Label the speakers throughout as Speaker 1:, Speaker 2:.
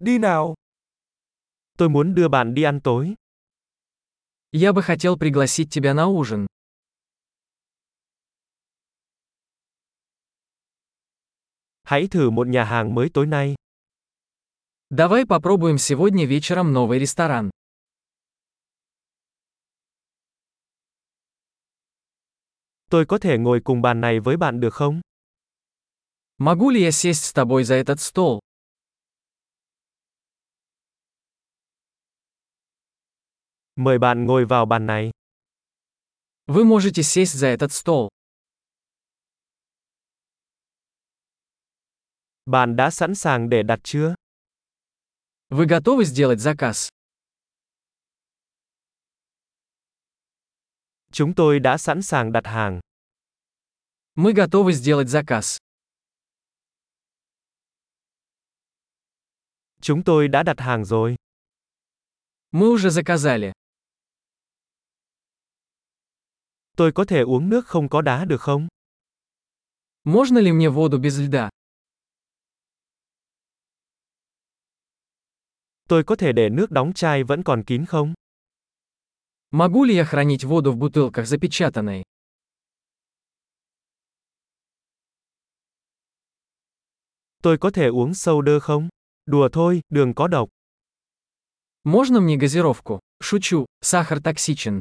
Speaker 1: Đi nào. Tôi muốn đưa bạn đi ăn tối.
Speaker 2: Я бы хотел пригласить тебя на ужин.
Speaker 1: Hãy thử một nhà hàng mới tối nay.
Speaker 2: Давай попробуем сегодня вечером новый ресторан.
Speaker 1: Tôi có thể ngồi cùng bàn này với bạn được không?
Speaker 2: Могу ли я сесть с тобой за этот стол?
Speaker 1: Mời bạn ngồi vào bàn này.
Speaker 2: Вы можете сесть за этот стол.
Speaker 1: Bạn đã sẵn sàng để đặt chưa?
Speaker 2: Вы готовы сделать заказ?
Speaker 1: Chúng tôi đã sẵn sàng đặt hàng.
Speaker 2: Мы готовы сделать заказ.
Speaker 1: Chúng tôi đã đặt hàng rồi.
Speaker 2: Мы уже заказали.
Speaker 1: Tôi có thể uống nước không có đá được không?
Speaker 2: Можно ли мне воду без льда?
Speaker 1: Tôi có thể để nước đóng chai vẫn còn kín không?
Speaker 2: Могу ли я хранить воду в бутылках запечатанной?
Speaker 1: Tôi có thể uống soda không? Đùa thôi, đường có độc.
Speaker 2: Можно мне газировку? Шучу, сахар токсичен.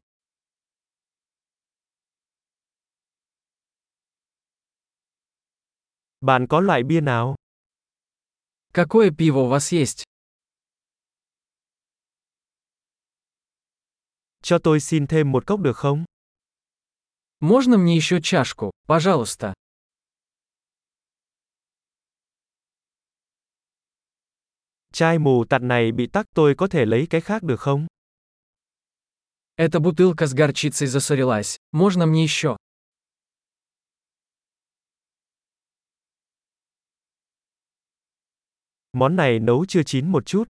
Speaker 1: Bạn có loại bia nào?
Speaker 2: Какое пиво у вас есть?
Speaker 1: Cho tôi xin thêm một cốc được không?
Speaker 2: Можно мне еще чашку, пожалуйста?
Speaker 1: Chai mù tạt này bị tắc tôi có thể lấy cái khác được không?
Speaker 2: Эта бутылка с горчицей засорилась. Можно мне еще?
Speaker 1: Món này nấu chưa chín một chút.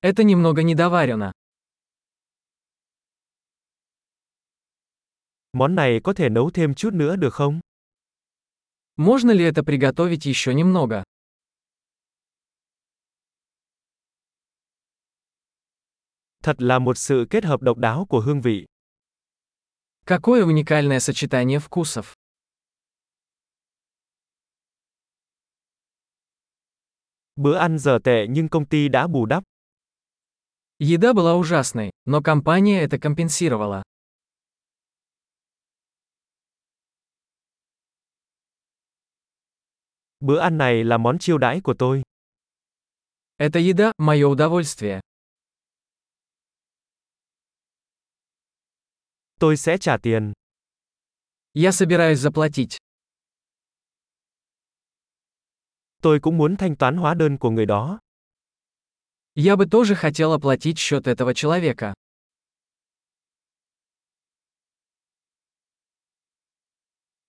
Speaker 2: Это немного недоварено.
Speaker 1: Món này có thể nấu thêm chút nữa được không?
Speaker 2: Можно ли это приготовить еще немного?
Speaker 1: Thật là một sự kết hợp độc đáo của hương vị.
Speaker 2: Какое уникальное сочетание вкусов.
Speaker 1: Bữa ăn giờ tệ nhưng công ty đã bù đắp.
Speaker 2: Еда была ужасной, но компания это компенсировала.
Speaker 1: Bữa ăn này là món chiêu đãi của tôi.
Speaker 2: Эта еда – мое удовольствие.
Speaker 1: Tôi sẽ trả tiền.
Speaker 2: Я собираюсь заплатить.
Speaker 1: Tôi cũng muốn thanh toán hóa đơn của người đó.
Speaker 2: Я бы тоже хотел оплатить счет этого человека.